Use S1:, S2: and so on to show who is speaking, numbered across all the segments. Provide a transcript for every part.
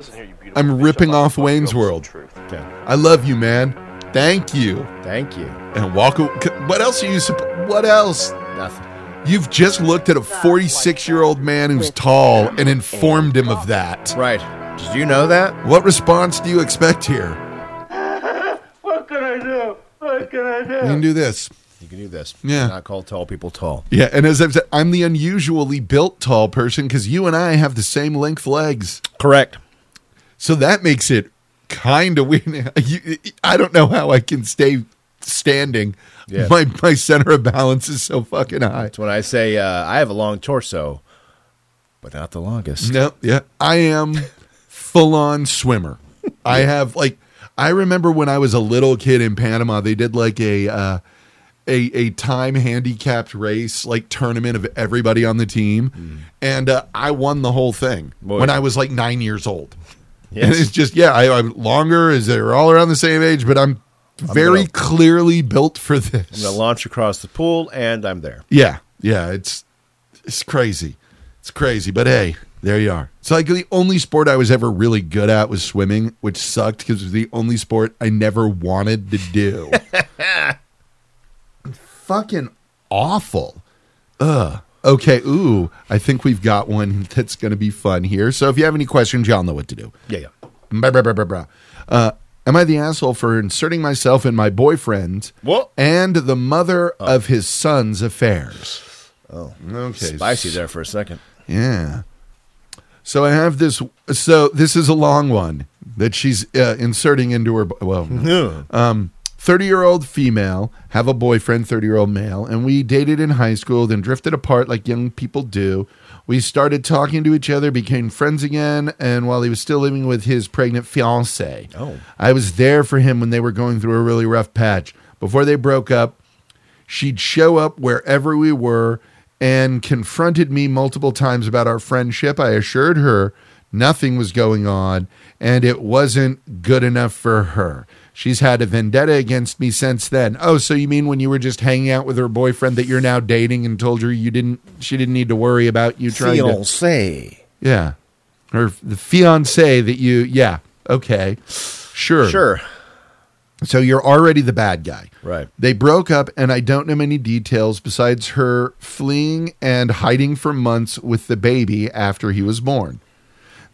S1: Listen here, you beautiful
S2: I'm
S1: bitch,
S2: ripping
S1: about to
S2: off
S1: fucking
S2: Wayne's
S1: go with some
S2: World.
S1: Truth.
S3: Okay.
S2: I love you, man. Thank you.
S3: Thank you.
S2: And walk. a- c- What else are you? supp- What else?
S3: Nothing.
S2: You've just looked at a 46 year old man who's tall and informed him of that.
S3: Right. Did you know that?
S2: What response do you expect here? what can I do? What can I do? You can do this.
S3: You can do this.
S2: Yeah.
S3: Not call tall people tall.
S2: Yeah, and as I've said, I'm the unusually built tall person because you and I have the same length legs.
S3: Correct.
S2: So that makes it kind of weird. You- I don't know how I can stay standing.
S3: Yeah.
S2: My my center of balance is so fucking high.
S3: It's when I say uh, I have a long torso, but not the longest.
S2: No, yeah. I am full on swimmer. I have like I remember when I was a little kid in Panama, they did like a uh a, a time handicapped race like tournament of everybody on the team and uh, I won the whole thing
S3: Mm. Boy.
S2: when I was like 9 years old. And
S3: Yes.
S2: it's just yeah, I, I'm longer is they're all around the same age but I'm very
S3: gonna-
S2: clearly built for
S3: I'm
S2: this.
S3: gonna launch across the pool, and I'm there.
S2: Yeah, yeah, it's it's crazy, it's crazy. But hey, there you are. It's like the only sport I was ever really good at was swimming, which sucked because it was the only sport I never wanted to do. Fucking awful. Ugh. Okay. Ooh, I think we've got one that's going to be fun here. So if you have any questions, y'all know what to do.
S3: Yeah, yeah.
S2: Blah, blah, blah, blah, blah. Uh, am I the asshole for inserting myself in my boyfriend
S3: What?
S2: and the mother of his son's affairs?
S3: Oh,
S2: Okay.
S3: spicy there for a second.
S2: Yeah. So I have this. So this is a long one that she's uh, inserting into her. bo- Well, um, 30 year old female, have a boyfriend, 30 year old male, and we dated in high school, then drifted apart like young people do. We started talking to each other, became friends again, and while he was still living with his pregnant fiancee,
S3: Oh.
S2: I was there for him when they were going through a really rough patch. Before they broke up, she'd show up wherever we were and confronted me multiple times about our friendship. I assured her nothing was going on and it wasn't good enough for her. She's had a vendetta against me since then. Oh, so you mean when you were just hanging out with her boyfriend that you're now dating and told her you didn't she didn't need to worry about you trying to
S3: say.
S2: Yeah. Or the fiance that you yeah, okay. Sure.
S3: Sure.
S2: So you're already the bad guy.
S3: Right.
S2: They broke up, and I don't know many details besides her fleeing and hiding for months with the baby after he was born.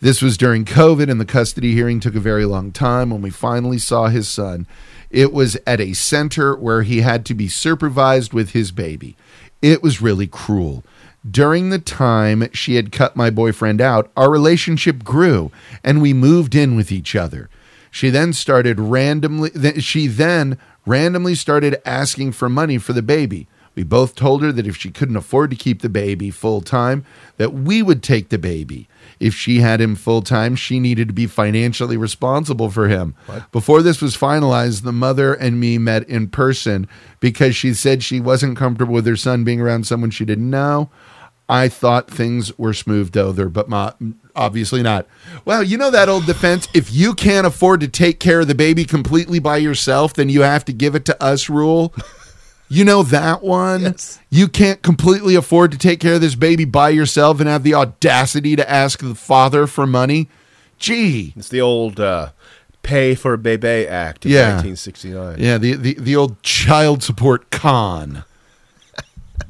S2: This was during COVID, and the custody hearing took a very long time. When we finally saw his son, it was at a center where he had to be supervised with his baby. It was really cruel. During the time she had cut my boyfriend out, our relationship grew and we moved in with each other. She then started randomly th- she then randomly started asking for money for the baby. We both told her that if she couldn't afford to keep the baby full time, that we would take the baby. If she had him full time, she needed to be financially responsible for him. Before this was finalized, the mother and me met in person because she said she wasn't comfortable with her son being around someone she didn't know. I thought things were smoothed over, but my, obviously not. Well, you know that old defense if you can't afford to take care of the baby completely by yourself, then you have to give it to us rule. You know that one?
S3: Yes.
S2: You can't completely afford to take care of this baby by yourself and have the audacity to ask the father for money. Gee.
S3: It's the old uh, Pay for Bebe Act of
S2: Yeah.
S3: 1969.
S2: Yeah, the, the, the old child support con.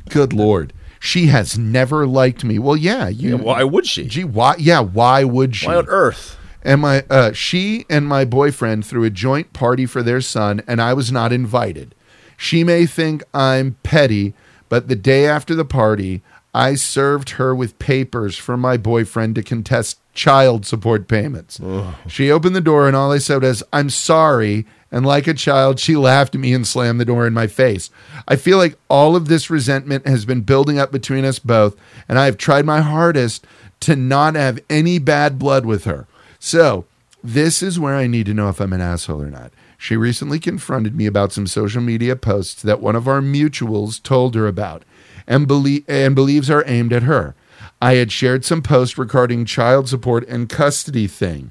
S2: Good Lord. She has never liked me. Well, yeah. You,
S3: Yeah, Why would she?
S2: Gee, why? Yeah, why would she?
S3: Why on earth?
S2: and my uh, she and my boyfriend threw a joint party for their son and i was not invited she may think i'm petty but the day after the party i served her with papers for my boyfriend to contest child support payments she opened the door and all i said was i'm sorry and like a child she laughed at me and slammed the door in my face i feel like all of this resentment has been building up between us both and i have tried my hardest to not have any bad blood with her so, this is where I need to know if I'm an asshole or not. She recently confronted me about some social media posts that one of our mutuals told her about and, belie- and believes are aimed at her. I had shared some posts regarding child support and custody thing.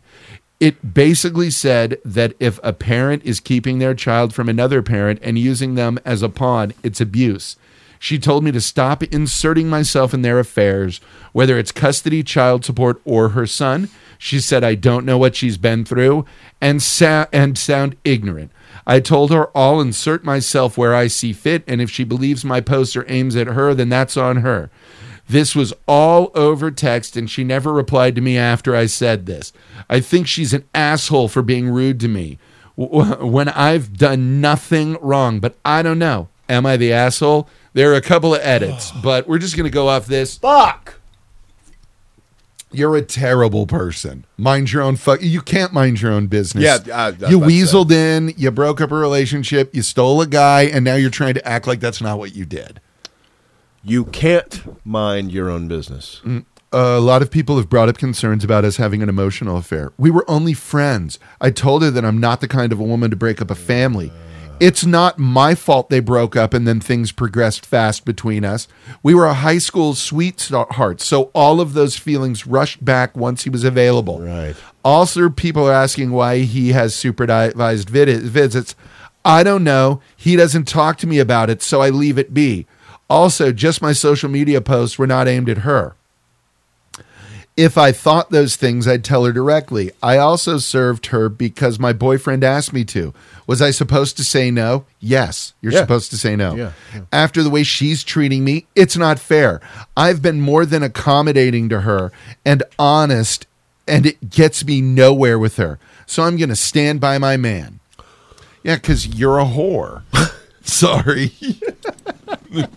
S2: It basically said that if a parent is keeping their child from another parent and using them as a pawn, it's abuse. She told me to stop inserting myself in their affairs, whether it's custody, child support, or her son. She said, I don't know what she's been through and, sa- and sound ignorant. I told her I'll insert myself where I see fit, and if she believes my post or aims at her, then that's on her. This was all over text, and she never replied to me after I said this. I think she's an asshole for being rude to me w- when I've done nothing wrong, but I don't know. Am I the asshole? There are a couple of edits, but we're just going to go off this.
S3: Fuck.
S2: You're a terrible person. Mind your own fuck. You can't mind your own business.
S3: Yeah, I- I was
S2: you
S3: about to say.
S2: weaseled in. You broke up a relationship. You stole a guy, and now you're trying to act like that's not what you did.
S3: You can't mind your own business.
S2: a lot of people have brought up concerns about us having an emotional affair. We were only friends. I told her that I'm not the kind of a woman to break up a family. It's not my fault they broke up and then things progressed fast between us. We were a high school sweetheart, so all of those feelings rushed back once he was available.
S3: Right.
S2: Also, people are asking why he has supervised vid- visits. I don't know. He doesn't talk to me about it, so I leave it be. Also, just my social media posts were not aimed at her. If I thought those things, I'd tell her directly. I also served her because my boyfriend asked me to. Was I supposed to say no? Yes, you're
S3: Yeah.
S2: supposed to say no.
S3: Yeah, yeah.
S2: After the way she's treating me, it's not fair. I've been more than accommodating to her and honest, and it gets me nowhere with her. So I'm going to stand by my man. Yeah, because you're a whore. Sorry.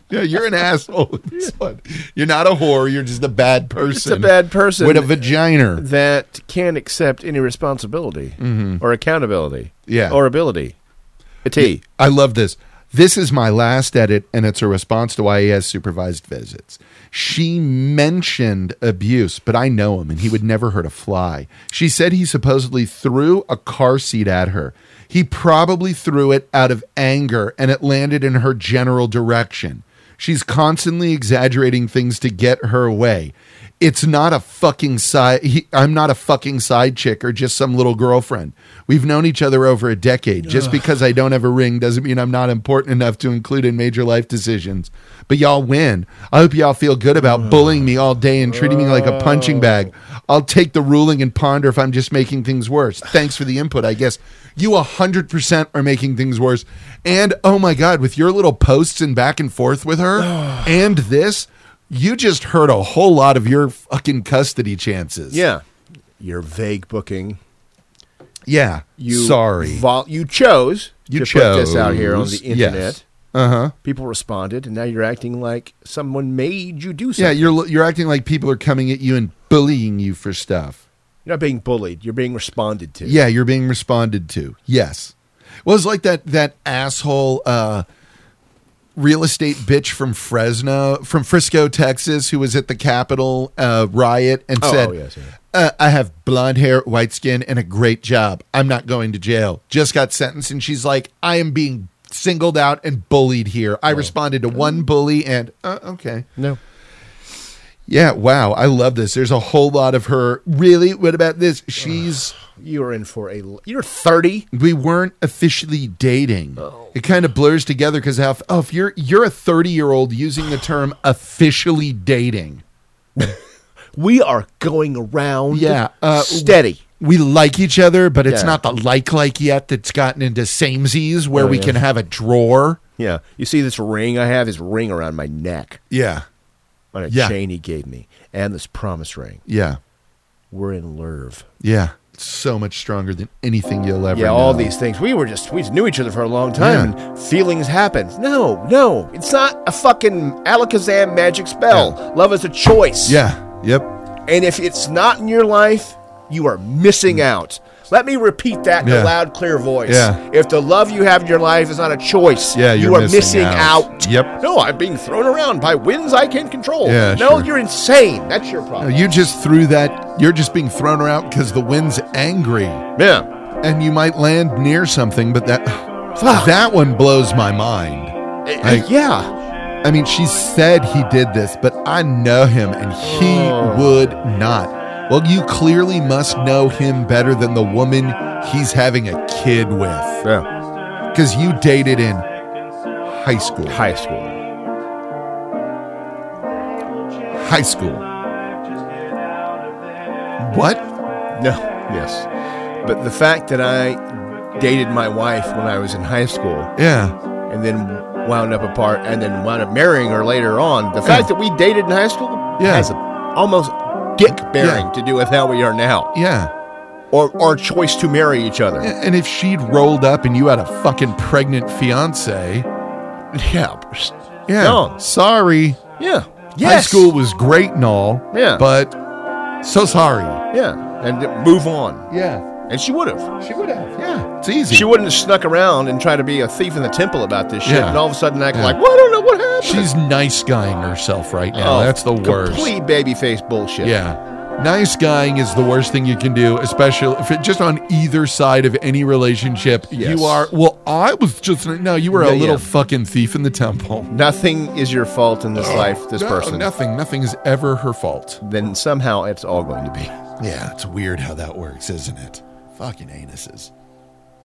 S2: yeah, you're an asshole. You're not a whore. You're just a bad person.
S3: bad person.
S2: with a vagina.
S3: That can't accept any responsibility or accountability.
S2: Mm-hmm. Yeah.
S3: Or ability. A T.
S2: I love this. This is my last edit, and it's a response to why he has supervised visits. She mentioned abuse, but I know him, and he would never hurt a fly. She said he supposedly threw a car seat at her. He probably threw it out of anger, and it landed in her general direction. She's constantly exaggerating things to get her way. It's not a fucking side. He, I'm not a fucking side chick or just some little girlfriend. We've known each other over a decade. Just because I don't have a ring doesn't mean I'm not important enough to include in major life decisions. But y'all win. I hope y'all feel good about bullying me all day and treating me like a punching bag. I'll take the ruling and ponder if I'm just making things worse. Thanks for the input, I guess. You 100% are making things worse. And oh my God, with your little posts and back and forth with her and this, you just hurt a whole lot of your fucking custody chances.
S3: Yeah. Your vague booking.
S2: Yeah.
S3: You
S2: Sorry.
S3: Vol- you chose
S2: You
S3: to put this out here on the
S2: chose.
S3: internet.
S2: Yes. Uh huh.
S3: People responded, and now you're acting like someone made you do
S2: Yeah,
S3: something.
S2: you're you're acting like people are coming at you and bullying you for stuff.
S3: You're not being bullied. You're being responded to.
S2: Yeah, you're being responded to. Yes. Well, it's like that that asshole uh real estate bitch from Fresno, from Frisco, Texas, who was at the Capitol uh, riot and
S3: Oh,
S2: said,
S3: oh, yes, yeah.
S2: uh, I have blonde hair, white skin, and a great job. I'm not going to jail. Just got sentenced. And she's like, I am being singled out and bullied here. I responded to one bully and, uh, okay.
S3: No.
S2: Yeah, wow. I love this. There's a whole lot of her. Really? What about this? She's.
S3: You are in for a. l- You're 30.
S2: we weren't officially dating.
S3: Oh.
S2: It kind of blurs together because how oh, if you're you're a 30 year old using the term officially dating.
S3: We are going around.
S2: Yeah, uh,
S3: steady.
S2: We like each other, but it's
S3: Yeah.
S2: not the like like yet that's gotten into samesies where
S3: Oh,
S2: we
S3: yeah.
S2: can have a drawer.
S3: Yeah. You see this ring I have? This ring around my neck
S2: Yeah,
S3: on a
S2: Yeah.
S3: chain he gave me, and this promise ring.
S2: yeah,
S3: We're in love.
S2: yeah. It's so much stronger than anything you'll ever.
S3: Yeah, all
S2: know.
S3: these things. We were just we knew each other for a long time, and feelings happen. No, no, it's not a fucking Alakazam magic spell. Love is a choice.
S2: Yeah, yep.
S3: and if it's not in your life, you are missing out. Let me repeat that in
S2: Mm. Yeah.
S3: a loud, clear voice.
S2: Yeah.
S3: If the love you have in your life is not a choice,
S2: Yeah,
S3: you
S2: you're
S3: are missing,
S2: missing out.
S3: out.
S2: Yep.
S3: No, I'm being thrown around by winds I can control.
S2: Yeah,
S3: no,
S2: sure.
S3: you're insane. That's your problem.
S2: You just threw that. You're just being thrown around because the wind's angry,
S3: yeah.
S2: and you might land near something. But that
S3: Fuck.
S2: that one blows my mind.
S3: Eh,
S2: I-
S3: yeah.
S2: I mean, she said he did this, but I know him and he would not. Well, you clearly must know him better than the woman he's having a kid with
S3: Yeah.
S2: because you dated in high school.
S3: High school.
S2: high school. What?
S3: No, yes. But the fact that I dated my wife when I was in high school
S2: Yeah.
S3: and then wound up apart and then wound up marrying her later on, the fact that we dated in high school
S2: Yeah.
S3: has a, almost dick bearing
S2: Yeah.
S3: to do with how we are now
S2: Yeah.
S3: or our choice to marry each other.
S2: A- And if she'd rolled up and you had a fucking pregnant fiance,
S3: Yeah.
S2: yeah.
S3: No.
S2: Sorry.
S3: Yeah.
S2: High
S3: Yes.
S2: school was great and all.
S3: Yeah.
S2: But so sorry.
S3: Yeah. And move on.
S2: Yeah.
S3: And she would have.
S2: She would have. Yeah. It's easy.
S3: She wouldn't have snuck around and tried to be a thief in the temple about this shit
S2: Yeah.
S3: and all of a sudden act
S2: Yeah.
S3: like, well, I don't know what happened.
S2: She's nice guying herself right now.
S3: Oh,
S2: That's the worst.
S3: Complete babyface bullshit.
S2: Yeah. Nice guying is the worst thing you can do, especially if it, just on either side of any relationship.
S3: Yes.
S2: You are, well, I was just, no, you were a
S3: Yeah,
S2: little
S3: yeah.
S2: fucking thief in the temple.
S3: Nothing is your fault in this life, this
S2: No,
S3: person.
S2: Nothing. Nothing is ever her fault.
S3: Then somehow it's all going to be.
S2: Yeah, it's weird how that works, isn't it? Fucking anuses.